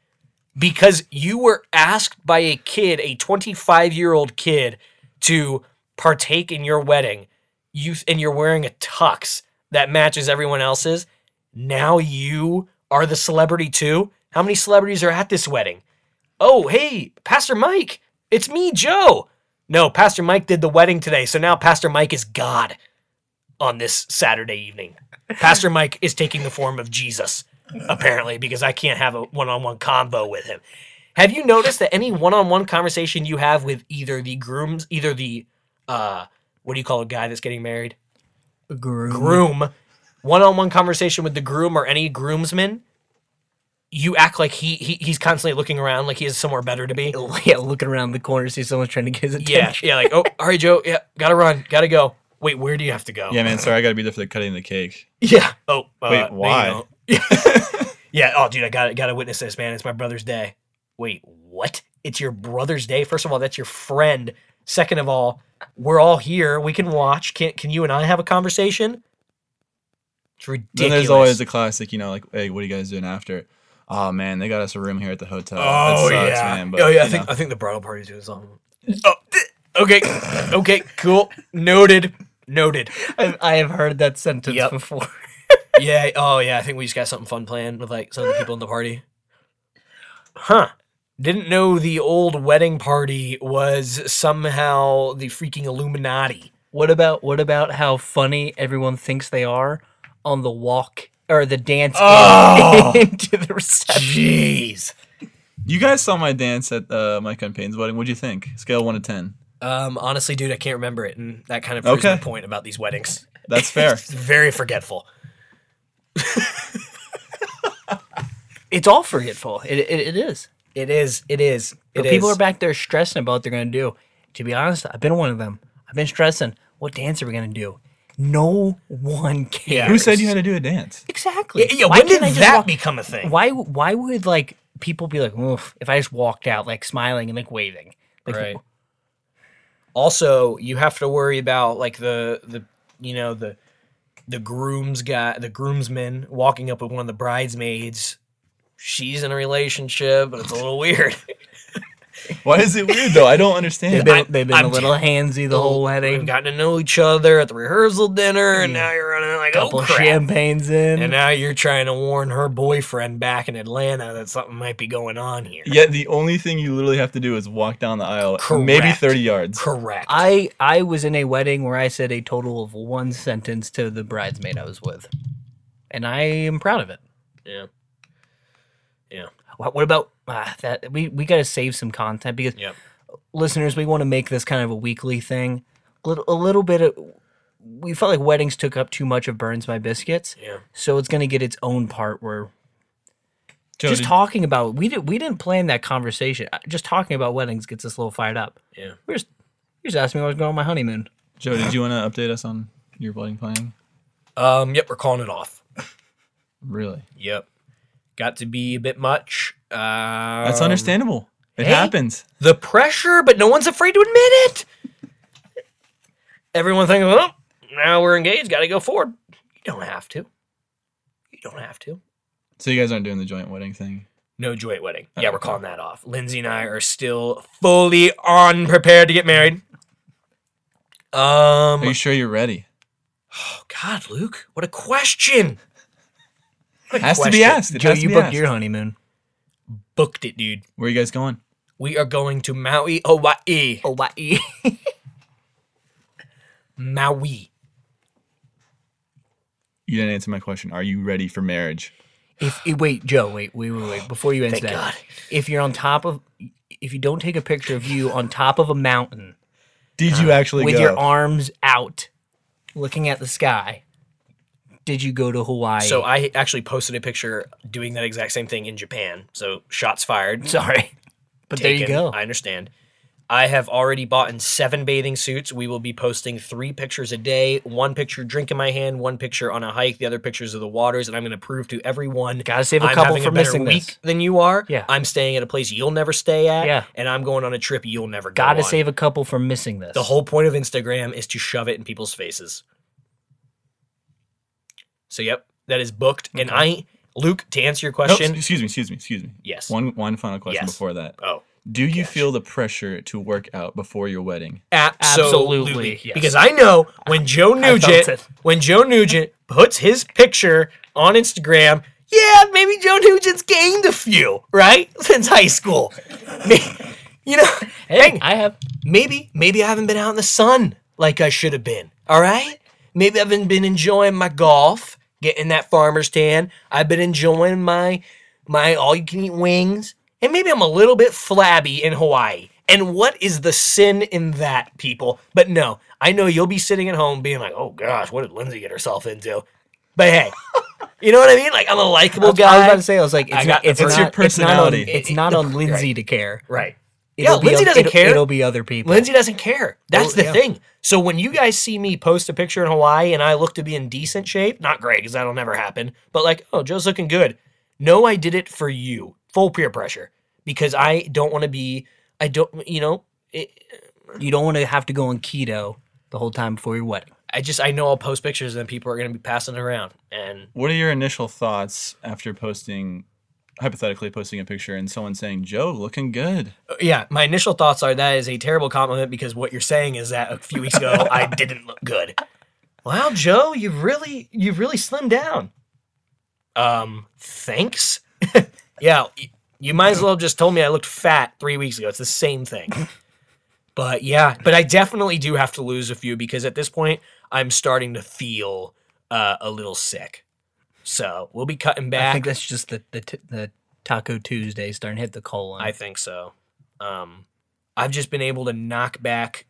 Speaker 1: because you were asked by a kid, a 25 year old kid, to partake in your wedding. You and you're wearing a tux that matches everyone else's now you are the celebrity too? How many celebrities are at this wedding? Oh, hey, Pastor Mike, it's me, Joe. No, Pastor Mike did the wedding today, so now Pastor Mike is God on this Saturday evening. Pastor Mike is taking the form of Jesus, apparently, because I can't have a one on one combo with him. Have you noticed that any one on one conversation you have with either the grooms, either the, uh, what do you call a guy that's getting married?
Speaker 2: Groom.
Speaker 1: groom, one on one conversation with the groom or any groomsman, you act like he, he he's constantly looking around like he is somewhere better to be.
Speaker 2: Yeah, looking around the corner, see someone's trying to get his
Speaker 1: Yeah,
Speaker 2: attention.
Speaker 1: yeah, like oh, all right, Joe, yeah, gotta run, gotta go. Wait, where do you have to go?
Speaker 3: Yeah, man. Sorry, I gotta be there for the cutting of the cake.
Speaker 1: Yeah. Oh, uh,
Speaker 3: Wait,
Speaker 1: there you
Speaker 3: why?
Speaker 1: go. yeah. Oh, dude, I got got to witness this, man. It's my brother's day. Wait, what? It's your brother's day. First of all, that's your friend. Second of all, we're all here. We can watch. Can Can you and I have a conversation? It's ridiculous.
Speaker 3: Then there's always the classic, you know, like, hey, what are you guys doing after? Oh man, they got us a room here at the hotel. That
Speaker 1: Oh
Speaker 3: sucks,
Speaker 1: yeah.
Speaker 3: man, but,
Speaker 1: oh yeah. I
Speaker 3: you
Speaker 1: think
Speaker 3: know.
Speaker 1: I think the bridal party's doing something. Oh, okay. okay. Cool. Noted. Noted.
Speaker 2: I've, I have heard that sentence
Speaker 1: Yep.
Speaker 2: before.
Speaker 1: Yeah. Oh yeah. I think we just got something fun planned with like some of the people in the party. Huh. Didn't know the old wedding party was somehow the freaking Illuminati.
Speaker 2: What about what about how funny everyone thinks they are on the walk or the dance
Speaker 1: Oh.
Speaker 2: in- into the reception?
Speaker 1: Jeez.
Speaker 3: You guys saw my dance at uh, Mike Unpain's wedding. What'd you think? Scale one to ten.
Speaker 1: Um. Honestly, dude, I can't remember it, and that kind of proves my
Speaker 3: Okay.
Speaker 1: point about these weddings.
Speaker 3: That's fair.
Speaker 1: It's very forgetful.
Speaker 2: It's all forgetful. It it, it is.
Speaker 1: It is. It is. It
Speaker 2: But
Speaker 1: is.
Speaker 2: people are back there stressing about what they're gonna do. To be honest, I've been one of them. I've been stressing. What dance are we gonna do? No one cares.
Speaker 1: Yeah.
Speaker 3: Who said you had to do a dance?
Speaker 2: exactly?
Speaker 1: Yeah, yeah,
Speaker 2: Why
Speaker 1: when
Speaker 2: can't
Speaker 1: did
Speaker 2: I just
Speaker 1: that
Speaker 2: walk-
Speaker 1: become a thing?
Speaker 2: Why why would like people be like, oof, if I just walked out like smiling and like waving? Like,
Speaker 1: right also you have to worry about like the the you know the the groom's guy the groomsman walking up with one of the bridesmaids she's in a relationship but it's a little weird
Speaker 3: Why is it weird though? I don't
Speaker 2: They've
Speaker 3: understand.
Speaker 2: been,
Speaker 1: I-
Speaker 2: they've been
Speaker 1: I'm
Speaker 2: a little handsy the whole
Speaker 1: we've
Speaker 2: wedding.
Speaker 1: gotten to know each other at the rehearsal dinner and now you're running like
Speaker 2: couple
Speaker 1: oh crap
Speaker 2: champagnes in.
Speaker 1: and now you're trying to warn her boyfriend back in atlanta that something might be going on here
Speaker 3: Yet the only thing you literally have to do is walk down the aisle, maybe
Speaker 1: Correct.
Speaker 3: thirty yards.
Speaker 1: correct
Speaker 2: I I was in a wedding where I said a total of one sentence to the bridesmaid I was with, and I am proud of it.
Speaker 1: yeah yeah
Speaker 2: What, what about ah, that? We we got to save some content because
Speaker 1: Yep.
Speaker 2: listeners, we want to make this kind of a weekly thing. Little, a little bit of we felt like weddings took up too much of Burns My Biscuits,
Speaker 1: yeah
Speaker 2: so it's going to get its own part where
Speaker 3: Joe,
Speaker 2: just
Speaker 3: did-
Speaker 2: talking about it, we did we didn't plan that conversation. Uh, Just talking about weddings gets us a little fired up.
Speaker 1: yeah
Speaker 2: We're just you just asked me where I was going on my honeymoon.
Speaker 3: Joe, did you want to update us on your wedding planning?
Speaker 1: um yep we're calling it off
Speaker 3: Really?
Speaker 1: Yep. Got to be a bit much. Um,
Speaker 3: That's understandable. It
Speaker 2: hey.
Speaker 3: happens.
Speaker 1: The pressure, but no one's afraid to admit it. Everyone thinks, well, now we're engaged, got to go forward. You don't have to. You don't have to.
Speaker 3: So you guys aren't doing the joint wedding thing.
Speaker 1: No joint wedding. Yeah, we're calling that off. Lindsay and I are still fully on prepared to get married. Um,
Speaker 3: Are you sure you're ready?
Speaker 1: oh God, Luke, what a question! What a
Speaker 3: Has to be
Speaker 1: question.
Speaker 3: asked. It
Speaker 2: Joe,
Speaker 3: has to
Speaker 2: you
Speaker 3: be
Speaker 2: booked
Speaker 3: asked.
Speaker 2: your honeymoon.
Speaker 1: Booked it, dude.
Speaker 3: Where are you guys going?
Speaker 1: We are going to Maui, Hawaii.
Speaker 3: Oh.
Speaker 2: Hawaii.
Speaker 1: Maui.
Speaker 3: You didn't answer my question. Are you ready for marriage?
Speaker 2: If eh, wait, Joe, wait, wait, wait, wait. Before you answer
Speaker 1: Thank God.
Speaker 2: that, if you're on top of, if you don't take a picture of you on top of a mountain
Speaker 3: Did you actually
Speaker 2: with
Speaker 3: go?
Speaker 2: your arms out, looking at the sky, did you go to Hawaii?
Speaker 1: So I actually posted a picture doing that exact same thing in Japan. So shots fired.
Speaker 2: sorry, but there you
Speaker 1: taken.
Speaker 2: go.
Speaker 1: I understand. I have already bought in seven bathing suits. We will be posting three pictures a day. One picture drink in my hand, one picture on a hike, the other pictures of the waters, and I'm going to prove to everyone.
Speaker 2: Gotta save a
Speaker 1: I'm
Speaker 2: couple
Speaker 1: having
Speaker 2: for
Speaker 1: better
Speaker 2: missing
Speaker 1: week
Speaker 2: this.
Speaker 1: than you are.
Speaker 2: Yeah.
Speaker 1: I'm staying at a place you'll never stay at.
Speaker 2: Yeah.
Speaker 1: and I'm going on a trip you'll never go
Speaker 2: Got to
Speaker 1: on.
Speaker 2: save a couple from missing this.
Speaker 1: The whole point of Instagram is to shove it in people's faces. So yep, that is booked. And I, Luke, to answer your
Speaker 3: No,
Speaker 1: question,
Speaker 3: excuse me, excuse me, excuse me.
Speaker 1: Yes.
Speaker 3: One one final question
Speaker 1: Yes.
Speaker 3: before that.
Speaker 1: oh,
Speaker 3: Do you feel the pressure to work out before your wedding?
Speaker 1: absolutely,
Speaker 2: Absolutely, yes.
Speaker 1: because I know when Joe Nugent
Speaker 2: it.
Speaker 1: when Joe Nugent puts his picture on Instagram. Yeah, maybe Joe Nugent's gained a few, right? Since high school. May- you know,
Speaker 2: hey, I have
Speaker 1: maybe maybe I haven't been out in the sun like I should have been. All right? Maybe I haven't been enjoying my golf, getting that farmer's tan. I've been enjoying my my all you can eat wings, and maybe I'm a little bit flabby in Hawaii. And what is the sin in that, people? But no, I know you'll be sitting at home being like, "Oh gosh, what did Lindsay get herself into?" But hey, you know what I mean? Like I'm a likable
Speaker 2: I was
Speaker 1: guy.
Speaker 2: about to say, I was like, it's
Speaker 1: got
Speaker 2: not,
Speaker 1: the
Speaker 2: it's,
Speaker 1: first-
Speaker 2: not,
Speaker 3: It's your
Speaker 2: it's not on,
Speaker 3: personality.
Speaker 2: it's not on Lindsay to care.
Speaker 1: Right. Yeah,
Speaker 2: be
Speaker 1: Lindsay
Speaker 2: oth-
Speaker 1: doesn't
Speaker 2: it'll-
Speaker 1: care.
Speaker 2: It'll be other people.
Speaker 1: Lindsay doesn't care. That's
Speaker 2: Oh,
Speaker 1: the
Speaker 2: yeah.
Speaker 1: thing. So when you guys see me post a picture in Hawaii and I look to be in decent shape, not great because that'll never happen, but like, oh, Joe's looking good. No, I did it for you. Full peer pressure because I don't want to be, I don't, you know, it,
Speaker 2: You don't want to have to go on keto the whole time before your wedding.
Speaker 1: I just, I know I'll post pictures and people are going to be passing it around. And
Speaker 3: What are your initial thoughts after posting, hypothetically posting a picture and someone saying, Joe, looking good?
Speaker 1: yeah, my initial thoughts are that is a terrible compliment because what you're saying is that a few weeks ago I didn't look good. Wow, Joe, you've really you've really slimmed down. Um, thanks. yeah, y- you might as well have just told me I looked fat three weeks ago. It's the same thing. But yeah, but I definitely do have to lose a few because at this point I'm starting to feel uh, a little sick. So we'll be cutting back.
Speaker 2: I think that's just the the, t- the Taco Tuesday starting to hit the colon.
Speaker 1: I think so. Um, I've just been able to knock back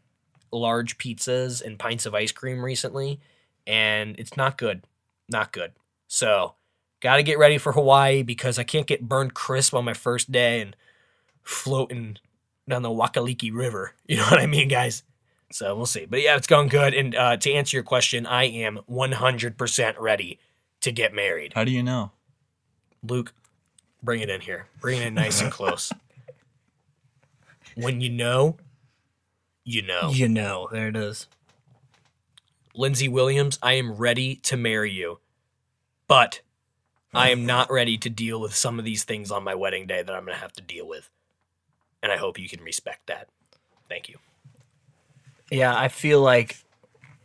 Speaker 1: large pizzas and pints of ice cream recently, and it's not good. Not good. So, got to get ready for Hawaii because I can't get burned crisp on my first day and floating down the Wakaliki River. You know what I mean, guys? So, we'll see. But yeah, it's going good. And uh, to answer your question, I am 100% ready to get married.
Speaker 3: How do you know?
Speaker 1: Luke, bring it in here. Bring it in nice and close. When you know, you know.
Speaker 2: you know, there it is.
Speaker 1: Lindsey Williams, I am ready to marry you, but I am not ready to deal with some of these things on my wedding day that I'm going to have to deal with. And I hope you can respect that. Thank you.
Speaker 2: Yeah, I feel like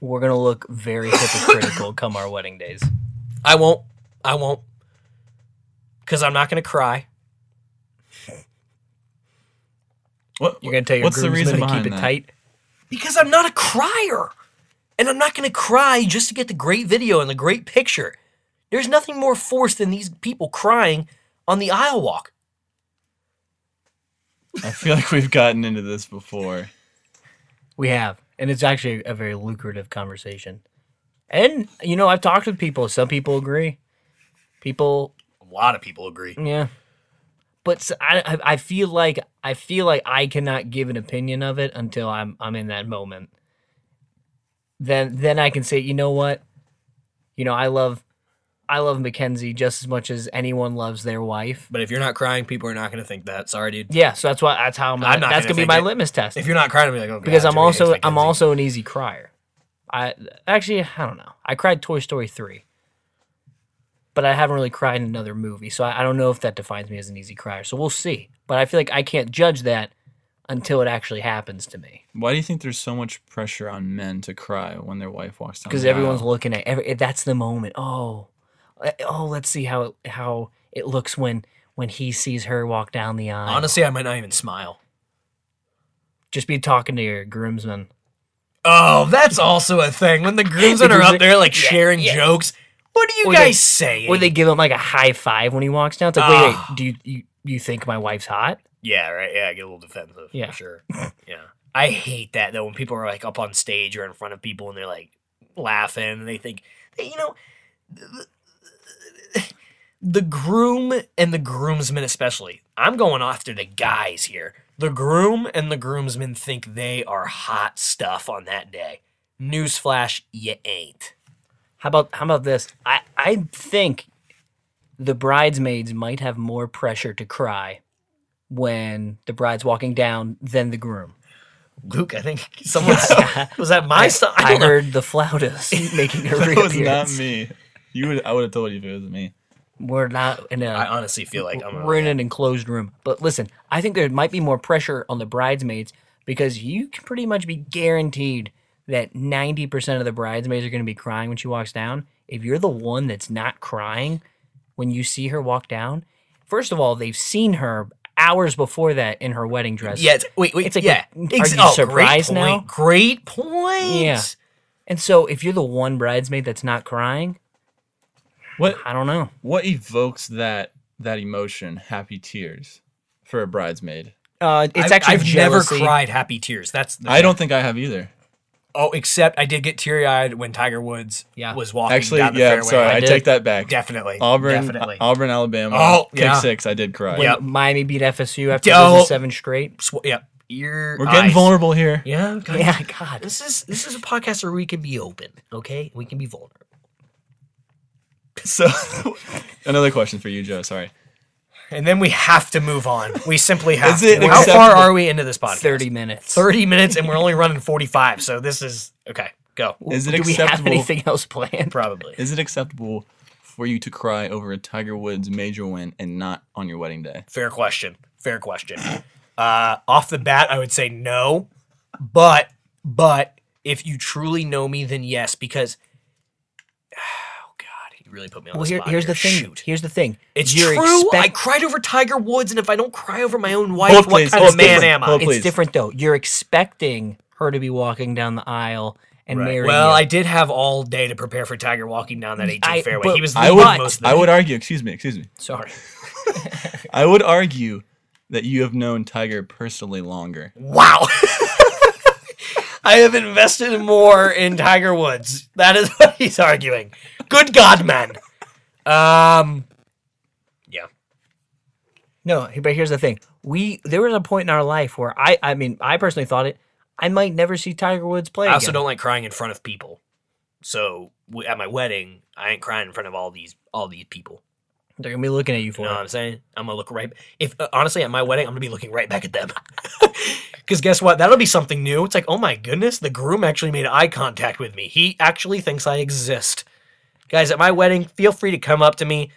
Speaker 2: we're gonna look very hypocritical come our wedding days.
Speaker 1: I won't. I won't. Because I'm not going to cry.
Speaker 3: What,
Speaker 2: You're gonna tell your
Speaker 3: what's the
Speaker 2: groomsmen
Speaker 3: reason
Speaker 2: to
Speaker 3: behind
Speaker 2: keep it
Speaker 3: that?
Speaker 2: tight.
Speaker 1: Because I'm not a crier. And I'm not going to cry just to get the great video and the great picture. There's nothing more forced than these people crying on the aisle walk.
Speaker 3: I feel like we've gotten into this before.
Speaker 2: We have, and it's actually a very lucrative conversation. And you know, I've talked with people. Some people agree. People
Speaker 1: A lot of people agree.
Speaker 2: Yeah. But s- I, I- I feel like I feel like I cannot give an opinion of it until I'm I'm in that moment. Then then I can say, you know what? You know, I love I love Mackenzie just as much as anyone loves their wife.
Speaker 1: But if you're not crying, people are not going to think that. Sorry, dude.
Speaker 2: Yeah, so that's why that's how I'm,
Speaker 1: I'm not
Speaker 2: that's
Speaker 1: gonna
Speaker 2: gonna be
Speaker 1: think
Speaker 2: my
Speaker 1: it.
Speaker 2: litmus test.
Speaker 1: If you're not crying, I'm like, oh, God,
Speaker 2: because I'm
Speaker 1: Jimmy hates
Speaker 2: also
Speaker 1: that
Speaker 2: I'm
Speaker 1: kid's-
Speaker 2: also an easy crier. I actually I don't know. I cried Toy Story 3. But I haven't really cried in another movie, so I, I don't know if that defines me as an easy crier. So we'll see. But I feel like I can't judge that until it actually happens to me
Speaker 3: Why do you think there's so much pressure on men to cry when their wife walks
Speaker 1: Oh,
Speaker 3: down?
Speaker 2: because
Speaker 3: the
Speaker 2: everyone's
Speaker 3: aisle?
Speaker 2: looking at every that's the moment. Oh. eh, Oh, let's see how it, how it looks when when he sees her walk down the aisle.
Speaker 1: Honestly, I might not even smile.
Speaker 2: just be talking to your groomsman.
Speaker 1: Oh, that's also a thing. When the groomsmen are up there, like sharing
Speaker 2: yeah.
Speaker 1: jokes, what are you
Speaker 2: Or they-
Speaker 1: guys saying?
Speaker 2: Or they give him like a high five when he walks down. It's like, wait, wait, do you, you you think my wife's hot?
Speaker 1: Yeah, right. Yeah, I get a little defensive.
Speaker 2: Yeah.
Speaker 1: For sure. yeah. I hate that though when people are like up on stage or in front of people and they're like laughing and they think, hey, you know, the groom and the groomsmen especially. I'm going after the guys here. The groom and the groomsmen think they are hot stuff on that day. Newsflash, you ain't.
Speaker 2: How about how about this? I I think the bridesmaids might have more pressure to cry when the bride's walking down than the groom.
Speaker 1: Luke, I think someone was that my stuff. I,
Speaker 2: I,
Speaker 1: don't know.
Speaker 2: heard the flautist making a
Speaker 3: That was not
Speaker 2: reappearance.
Speaker 3: me. You would. I would have told you if it was me.
Speaker 2: We're not in a
Speaker 1: I honestly feel like I'm
Speaker 2: we're in an enclosed room. But listen, I think there might be more pressure on the bridesmaids because you can pretty much be guaranteed that 90% of the bridesmaids are going to be crying when she walks down. If you're the one that's not crying when you see her walk down, first of all, they've seen her hours before that in her wedding dress.
Speaker 1: Yeah, it's, wait, wait.
Speaker 2: It's like,
Speaker 1: yeah. oh,
Speaker 2: wait, are you surprised
Speaker 1: great
Speaker 2: now?
Speaker 1: point, Great point.
Speaker 2: Yeah. And so if you're the one bridesmaid that's not crying,
Speaker 3: What
Speaker 2: I don't know.
Speaker 3: What evokes that that emotion? Happy tears for a bridesmaid.
Speaker 2: Uh, it's
Speaker 1: I've,
Speaker 2: actually
Speaker 1: I've
Speaker 2: jealousy.
Speaker 1: never cried happy tears. That's the
Speaker 3: I don't think I have either.
Speaker 1: Oh, except I did get teary eyed when Tiger Woods
Speaker 2: Yeah.
Speaker 1: was walking
Speaker 3: Actually,
Speaker 1: down Oh, the
Speaker 3: yeah.
Speaker 1: fairway.
Speaker 3: Sorry, I,
Speaker 2: did.
Speaker 3: take that back.
Speaker 1: definitely
Speaker 3: Auburn, uh,
Speaker 1: definitely.
Speaker 3: Auburn, Alabama.
Speaker 1: Oh,
Speaker 3: kick
Speaker 1: yeah.
Speaker 3: six. I did cry.
Speaker 1: Yeah.
Speaker 2: Miami beat FSU after
Speaker 1: Don't-
Speaker 2: losing seven straight.
Speaker 1: Sw- yeah, ear.
Speaker 3: We're getting
Speaker 1: eyes.
Speaker 3: vulnerable here.
Speaker 1: Yeah, God.
Speaker 2: Yeah, God.
Speaker 1: This is this is a podcast where we can be open. Okay, we can be vulnerable.
Speaker 3: So, another question for you, Joe. Sorry.
Speaker 1: And then we have to move on. We simply have.
Speaker 3: Is it
Speaker 1: to. How far
Speaker 3: acceptable-
Speaker 1: are we into this podcast?
Speaker 2: Thirty minutes.
Speaker 1: 30 minutes, and we're only running forty five. So this is okay. Go
Speaker 3: Is it
Speaker 2: Do we have
Speaker 3: acceptable?
Speaker 2: anything else planned?
Speaker 1: probably.
Speaker 3: Is it acceptable for you to cry over a Tiger Woods major win and not on your wedding day?
Speaker 1: Fair question. Fair question. Uh, off the bat, I would say no, but but if you truly know me, then yes, because oh god, he really put me on
Speaker 2: Well,
Speaker 1: the
Speaker 2: here,
Speaker 1: spot.
Speaker 2: here's
Speaker 1: here.
Speaker 2: the thing.
Speaker 1: Shoot.
Speaker 2: Here's the thing.
Speaker 1: It's
Speaker 2: You're
Speaker 1: true. I
Speaker 2: expect-
Speaker 1: cried over Tiger Woods, and if I don't cry over my own wife,
Speaker 3: Hold,
Speaker 1: what
Speaker 3: please.
Speaker 1: kind
Speaker 3: Hold,
Speaker 1: of man
Speaker 3: please.
Speaker 1: am I?
Speaker 3: Hold,
Speaker 2: it's
Speaker 3: please.
Speaker 2: different though. You're expecting her to be walking down the aisle and
Speaker 1: Right.
Speaker 2: marrying.
Speaker 1: Well,
Speaker 2: you.
Speaker 1: I did have all day to prepare for Tiger walking down that 18
Speaker 2: I-
Speaker 1: fairway.
Speaker 2: but
Speaker 1: he was
Speaker 3: I
Speaker 1: leading
Speaker 3: would.
Speaker 1: most of the
Speaker 3: I would argue. Excuse me. Excuse me.
Speaker 2: sorry.
Speaker 3: I would argue that you have known Tiger personally longer.
Speaker 1: Wow. I have invested more in Tiger Woods. That is what he's arguing. Good God, man. Um, yeah.
Speaker 2: No, but here's the thing. We there was a point in our life where I I mean I personally thought it. I might never see Tiger Woods play.
Speaker 1: I also
Speaker 2: again.
Speaker 1: don't like crying in front of people. So w- at my wedding, I ain't crying in front of all these all these people.
Speaker 2: They're gonna be looking at you for
Speaker 1: You know what
Speaker 2: it.
Speaker 1: I'm saying? I'm gonna look right. If uh, honestly, at my wedding, I'm gonna be looking right back at them. Because guess what? That'll be something new. It's like, oh my goodness, the groom actually made eye contact with me. He actually thinks I exist. Guys, at my wedding, feel free to come up to me.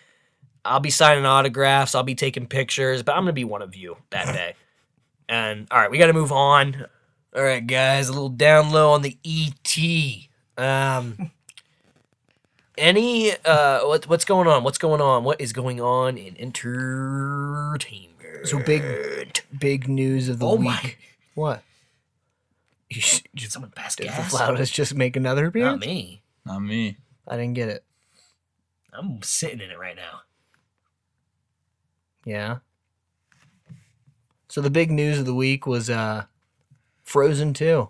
Speaker 1: I'll be signing autographs. I'll be taking pictures, but I'm gonna be one of you that day. and all right, we got to move on. All right, guys, a little down low on the ET. Um, any uh, what, what's going on? What's going on? What is going on in entertainment?
Speaker 2: So big, big news of the
Speaker 1: Oh
Speaker 2: week.
Speaker 1: my!
Speaker 2: What?
Speaker 1: Did someone pass
Speaker 2: Did
Speaker 1: gas?
Speaker 2: the flautist just make another
Speaker 1: Not
Speaker 2: appearance?
Speaker 1: me.
Speaker 3: Not me.
Speaker 2: I didn't get it.
Speaker 1: I'm sitting in it right now.
Speaker 2: Yeah. So the big news of the week was uh Frozen 2.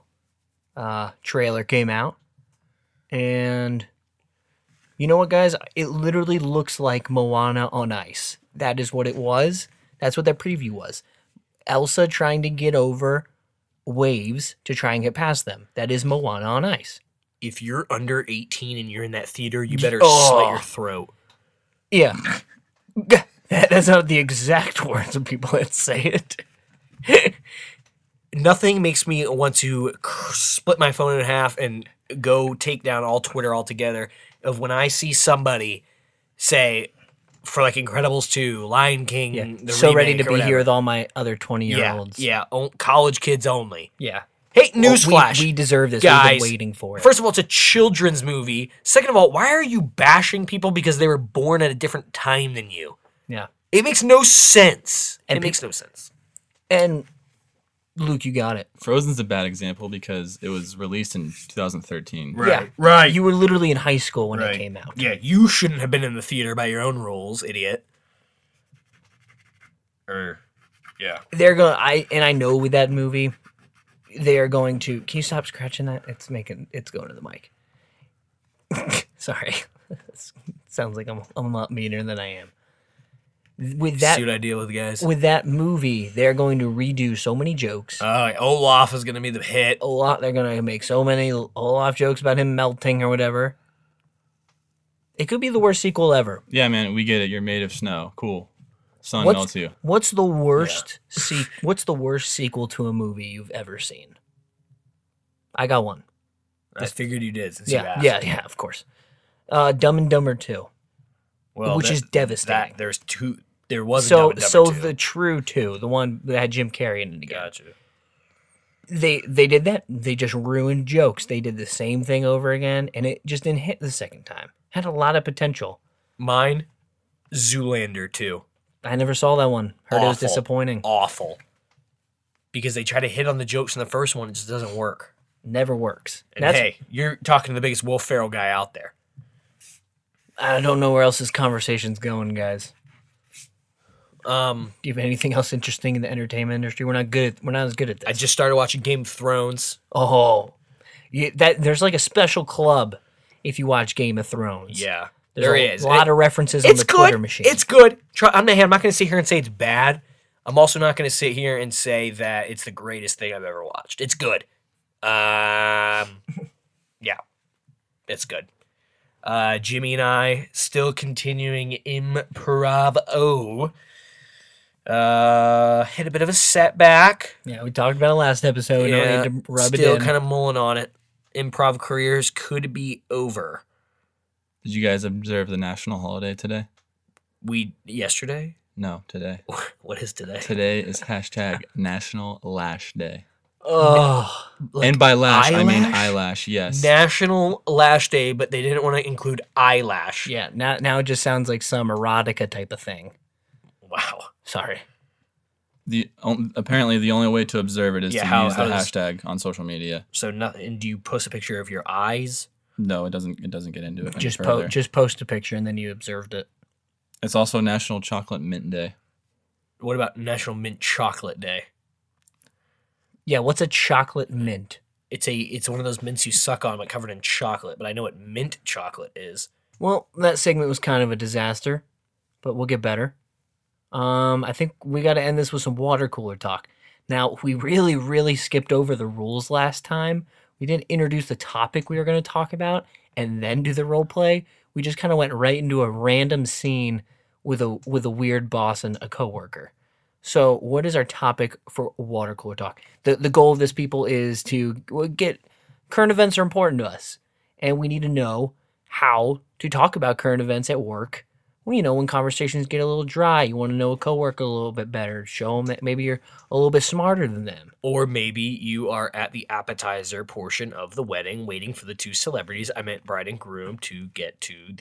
Speaker 2: Uh trailer came out. And you know what guys, it literally looks like Moana on ice. That is what it was. That's what that preview was. Elsa trying to get over waves to try and get past them. That is Moana on ice.
Speaker 1: If you're under 18 and you're in that theater, you better slit
Speaker 2: Oh.
Speaker 1: your throat.
Speaker 2: Yeah. That's not the exact words of people that say it.
Speaker 1: nothing makes me want to cr- split my phone in half and go take down all Twitter altogether of when I see somebody say for like Incredibles 2, Lion King,
Speaker 2: Yeah.
Speaker 1: Mm, the
Speaker 2: so ready to
Speaker 1: remake or
Speaker 2: be here with
Speaker 1: whatever.
Speaker 2: all my other 20 year
Speaker 1: yeah,
Speaker 2: olds.
Speaker 1: yeah, o- college kids only.
Speaker 2: Yeah.
Speaker 1: Hey,
Speaker 2: Well,
Speaker 1: newsflash.
Speaker 2: We, we deserve this. We've
Speaker 1: guys.
Speaker 2: been waiting for it.
Speaker 1: First of all, it's a children's movie. Second of all, why are you bashing people because they were born at a different time than you?
Speaker 2: yeah.
Speaker 1: It makes no sense.
Speaker 2: And
Speaker 1: it
Speaker 2: pe-
Speaker 1: makes no sense.
Speaker 2: And Luke, you got it.
Speaker 3: Frozen's a bad example because it was released in 2013.
Speaker 2: Yeah.
Speaker 1: right.
Speaker 2: You were literally in high school when it came out.
Speaker 1: Yeah, you shouldn't have been in the theater by your own rules, idiot. Or, yeah.
Speaker 2: They're going to I and I know with that movie they are going to Can you stop scratching that? It's making it's going to the mic. Sorry. This sounds like I'm I'm a lot meaner than I am. With that
Speaker 1: See what I deal with, guys.
Speaker 2: with that movie, they're going to redo so many jokes.
Speaker 1: Uh, Olaf is gonna be the hit.
Speaker 2: a lot. They're gonna make so many Olaf jokes about him melting or whatever. It could be the worst sequel ever.
Speaker 3: Yeah, man, we get it. You're made of snow. Cool. Sun melts
Speaker 2: What's,
Speaker 3: you.
Speaker 2: what's the worst se- What's the worst sequel to a movie you've ever seen? I got one.
Speaker 1: I figured you did since you
Speaker 2: Yeah,
Speaker 1: asked.
Speaker 2: yeah, yeah. Of course. Uh, Dumb and Dumber Two.
Speaker 1: Well,
Speaker 2: which
Speaker 1: that-
Speaker 2: is devastating.
Speaker 1: That, there's two. There was a
Speaker 2: so
Speaker 1: Dumb and Dumber
Speaker 2: so
Speaker 1: two.
Speaker 2: the True Two, the one that had Jim Carrey in it again.
Speaker 1: gotcha.
Speaker 2: They they did that. They just ruined jokes. They did the same thing over again, and it just didn't hit the second time. Had a lot of potential.
Speaker 1: Mine, Zoolander two.
Speaker 2: I never saw that one. Heard it was
Speaker 1: Awful.
Speaker 2: disappointing.
Speaker 1: Awful. Because they try to hit on the jokes in the first one, it just doesn't work.
Speaker 2: never works.
Speaker 1: And
Speaker 2: That's
Speaker 1: hey, you're talking to the biggest Will Ferrell guy out there.
Speaker 2: I don't know where else this conversation's going, guys.
Speaker 1: Um,
Speaker 2: Do you have anything else interesting in the entertainment industry? We're not good. At, we're not as good at this.
Speaker 1: I just started watching Game of Thrones.
Speaker 2: oh, You, that there's like a special club if you watch Game of Thrones.
Speaker 1: Yeah,
Speaker 2: there's
Speaker 1: there
Speaker 2: a
Speaker 1: is.
Speaker 2: lot
Speaker 1: It-
Speaker 2: of references on
Speaker 1: it's
Speaker 2: the Twitter
Speaker 1: good.
Speaker 2: machine.
Speaker 1: It's good. Try, I'm not. I'm not going to sit here and say it's bad. I'm also not going to sit here and say that it's the greatest thing I've ever watched. It's good. Um, yeah, it's good. Uh, Jimmy and I still continuing improv. O. Uh, had a bit of a setback.
Speaker 2: yeah, we talked about it last episode. no need to rub
Speaker 1: still
Speaker 2: it in.
Speaker 1: kind of mulling on it. Improv careers could be over.
Speaker 3: Did you guys observe the national holiday today?
Speaker 1: We yesterday.
Speaker 3: No, today.
Speaker 1: What is today?
Speaker 3: Today is hashtag National Lash Day.
Speaker 1: Oh,
Speaker 3: and by lash, I mean
Speaker 1: eyelash?
Speaker 3: eyelash, yes.
Speaker 1: National Lash Day, but they didn't want to include eyelash.
Speaker 2: yeah, now now it just sounds like some erotica type of thing.
Speaker 1: Wow.
Speaker 2: Sorry.
Speaker 3: the, on, apparently, the only way to observe it is
Speaker 1: Yeah,
Speaker 3: to
Speaker 1: how-
Speaker 3: use
Speaker 1: how
Speaker 3: the
Speaker 1: does-
Speaker 3: hashtag on social media.
Speaker 1: So nothing. And do you post a picture of your eyes?
Speaker 3: No, it doesn't. It doesn't get into it. any
Speaker 2: Just po-
Speaker 3: further.
Speaker 2: just post a picture and then you observed it.
Speaker 3: It's also National Chocolate Mint Day.
Speaker 1: What about National Mint Chocolate Day?
Speaker 2: Yeah, what's a chocolate mint?
Speaker 1: It's a it's one of those mints you suck on, but covered in chocolate. But I know what mint chocolate is.
Speaker 2: Well, that segment was kind of a disaster, but we'll get better. Um, I think we got to end this with some water cooler talk. Now, we really, really skipped over the rules last time. We didn't introduce the topic we were going to talk about and then do the role play. We just kind of went right into a random scene with a with a weird boss and a coworker. So, what is our topic for water cooler talk? The the goal of this people is to well, get current events are important to us, and we need to know how to talk about current events at work. Well, you know, when conversations get a little dry, you want to know a coworker a little bit better. Show them that maybe you're a little bit smarter than them.
Speaker 1: Or maybe you are at the appetizer portion of the wedding, waiting for the two celebrities, I meant bride and groom, to get to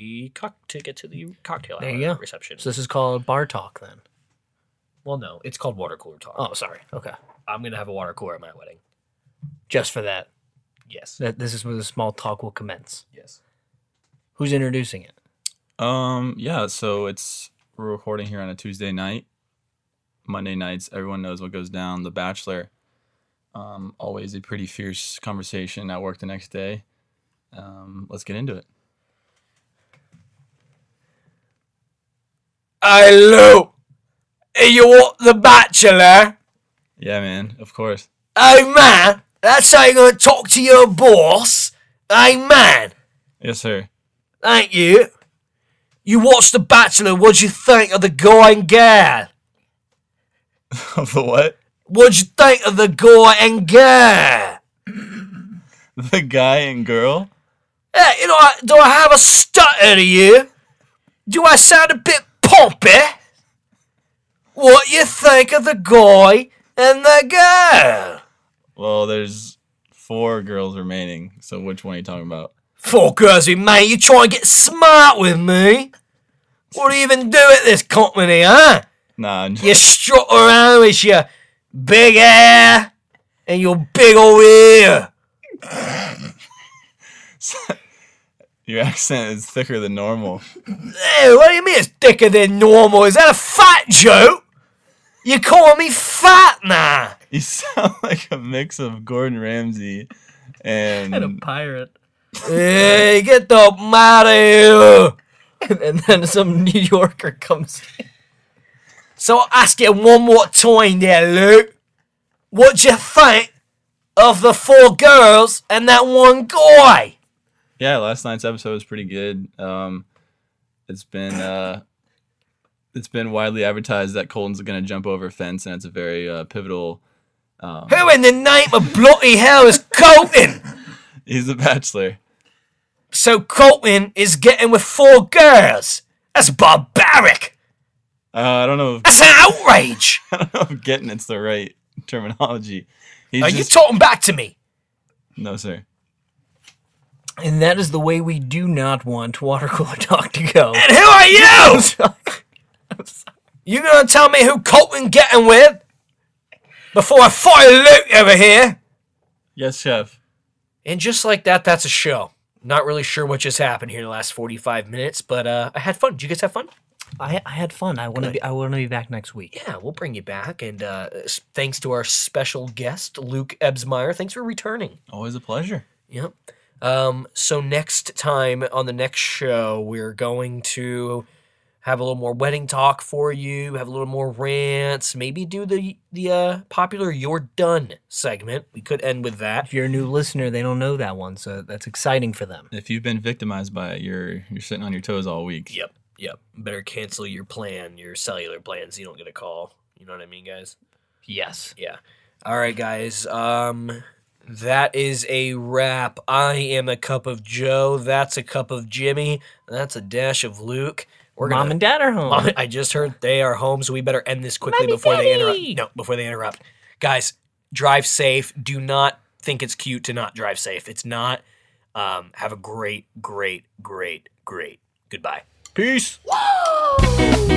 Speaker 1: the cock to get to the cocktail
Speaker 2: There
Speaker 1: hour
Speaker 2: you go.
Speaker 1: reception.
Speaker 2: So this is called bar talk then.
Speaker 1: well, no, it's called water cooler talk.
Speaker 2: Oh, sorry. Okay.
Speaker 1: I'm gonna have a water cooler at my wedding.
Speaker 2: Just for that.
Speaker 1: Yes.
Speaker 2: That this is where the small talk will commence.
Speaker 1: Yes.
Speaker 2: Who's introducing it?
Speaker 3: Um, yeah. So it's we're recording here on a Tuesday night. Monday nights, everyone knows what goes down. The Bachelor, um, always a pretty fierce conversation at work the next day. Um, let's get into it.
Speaker 1: Hey Lou, you want The Bachelor?
Speaker 3: Yeah, man. Of course.
Speaker 1: Hey man, that's how you're gonna talk to your boss? Hey man,
Speaker 3: Yes, sir.
Speaker 1: ain't you? You watched The Bachelor, what'd you think of the guy and girl?
Speaker 3: Of the what?
Speaker 1: What'd you think of the guy and girl?
Speaker 3: The guy and girl.
Speaker 1: Hey, you know, I- do I have a stutter to you? Do I sound a bit pompy? What you think of the guy and the girl?
Speaker 3: Well, there's four girls remaining. So which one are you talking about?
Speaker 1: Four girls with me, you try and get smart with me? What do you even do at this company, huh?
Speaker 3: Nah. I'm
Speaker 1: You strut around with your big hair and your big old ear.
Speaker 3: Your accent is thicker than normal.
Speaker 1: Hey, what do you mean it's thicker than normal? Is that a fat joke? You call me fat now?
Speaker 3: You sound like a mix of Gordon Ramsay and,
Speaker 2: pirate.
Speaker 1: Hey, get the out of here.
Speaker 2: and then some New Yorker comes in.
Speaker 1: So I'll ask you one more time there, Luke. What'd you think of the four girls and that one guy?
Speaker 3: yeah. Last night's episode was pretty good. Um, it's been uh, it's been widely advertised that Colton's going to jump over a fence, and it's a very uh, pivotal.
Speaker 1: Who in the name of bloody hell is Colton?
Speaker 3: He's the bachelor.
Speaker 1: So Colton is getting with four girls. That's barbaric.
Speaker 3: Uh, I don't know. If,
Speaker 1: That's an outrage.
Speaker 3: I don't know if getting it's the right terminology. He's
Speaker 1: Are you
Speaker 3: just,
Speaker 1: talking back to me?
Speaker 3: no, sir.
Speaker 2: And that is the way we do not want water cooler talk to go.
Speaker 1: And who are you? You gonna tell me who Colton getting with before I fire Luke over here?
Speaker 3: Yes, chef.
Speaker 1: And just like that, that's a show. Not really sure what just happened here in the last 45 minutes, but uh, I had fun. Did you guys have fun?
Speaker 5: I, I had fun. I want to be. I want to be back next week.
Speaker 1: Yeah, we'll bring you back. And uh, s- thanks to our special guest, Luke Ebsmeyer. Thanks for returning.
Speaker 3: Always a pleasure.
Speaker 1: Yep. Um, so next time on the next show, we're going to have a little more wedding talk for you, have a little more rants, maybe do the the uh, popular "You're Done" segment. We could end with that.
Speaker 5: If you're a new listener, they don't know that one, so that's exciting for them.
Speaker 3: If you've been victimized by it, you're you're sitting on your toes all week.
Speaker 1: Yep, yep. Better cancel your plan, your cellular plans. you don't get a call. You know what I mean, guys?
Speaker 5: Yes.
Speaker 1: Yeah. All right, guys. Um, that is a wrap. I am a cup of Joe. That's a cup of Jimmy. That's a dash of Luke. We're
Speaker 5: Mom and dad are home.
Speaker 2: Oh.
Speaker 1: Mom, I just heard they are home, so we better end this quickly before they interrupt. No, before they interrupt. Guys, drive safe. Do not think it's cute to not drive safe. It's not. Um, have a great, great, great, great goodbye.
Speaker 3: Peace.
Speaker 4: Whoa!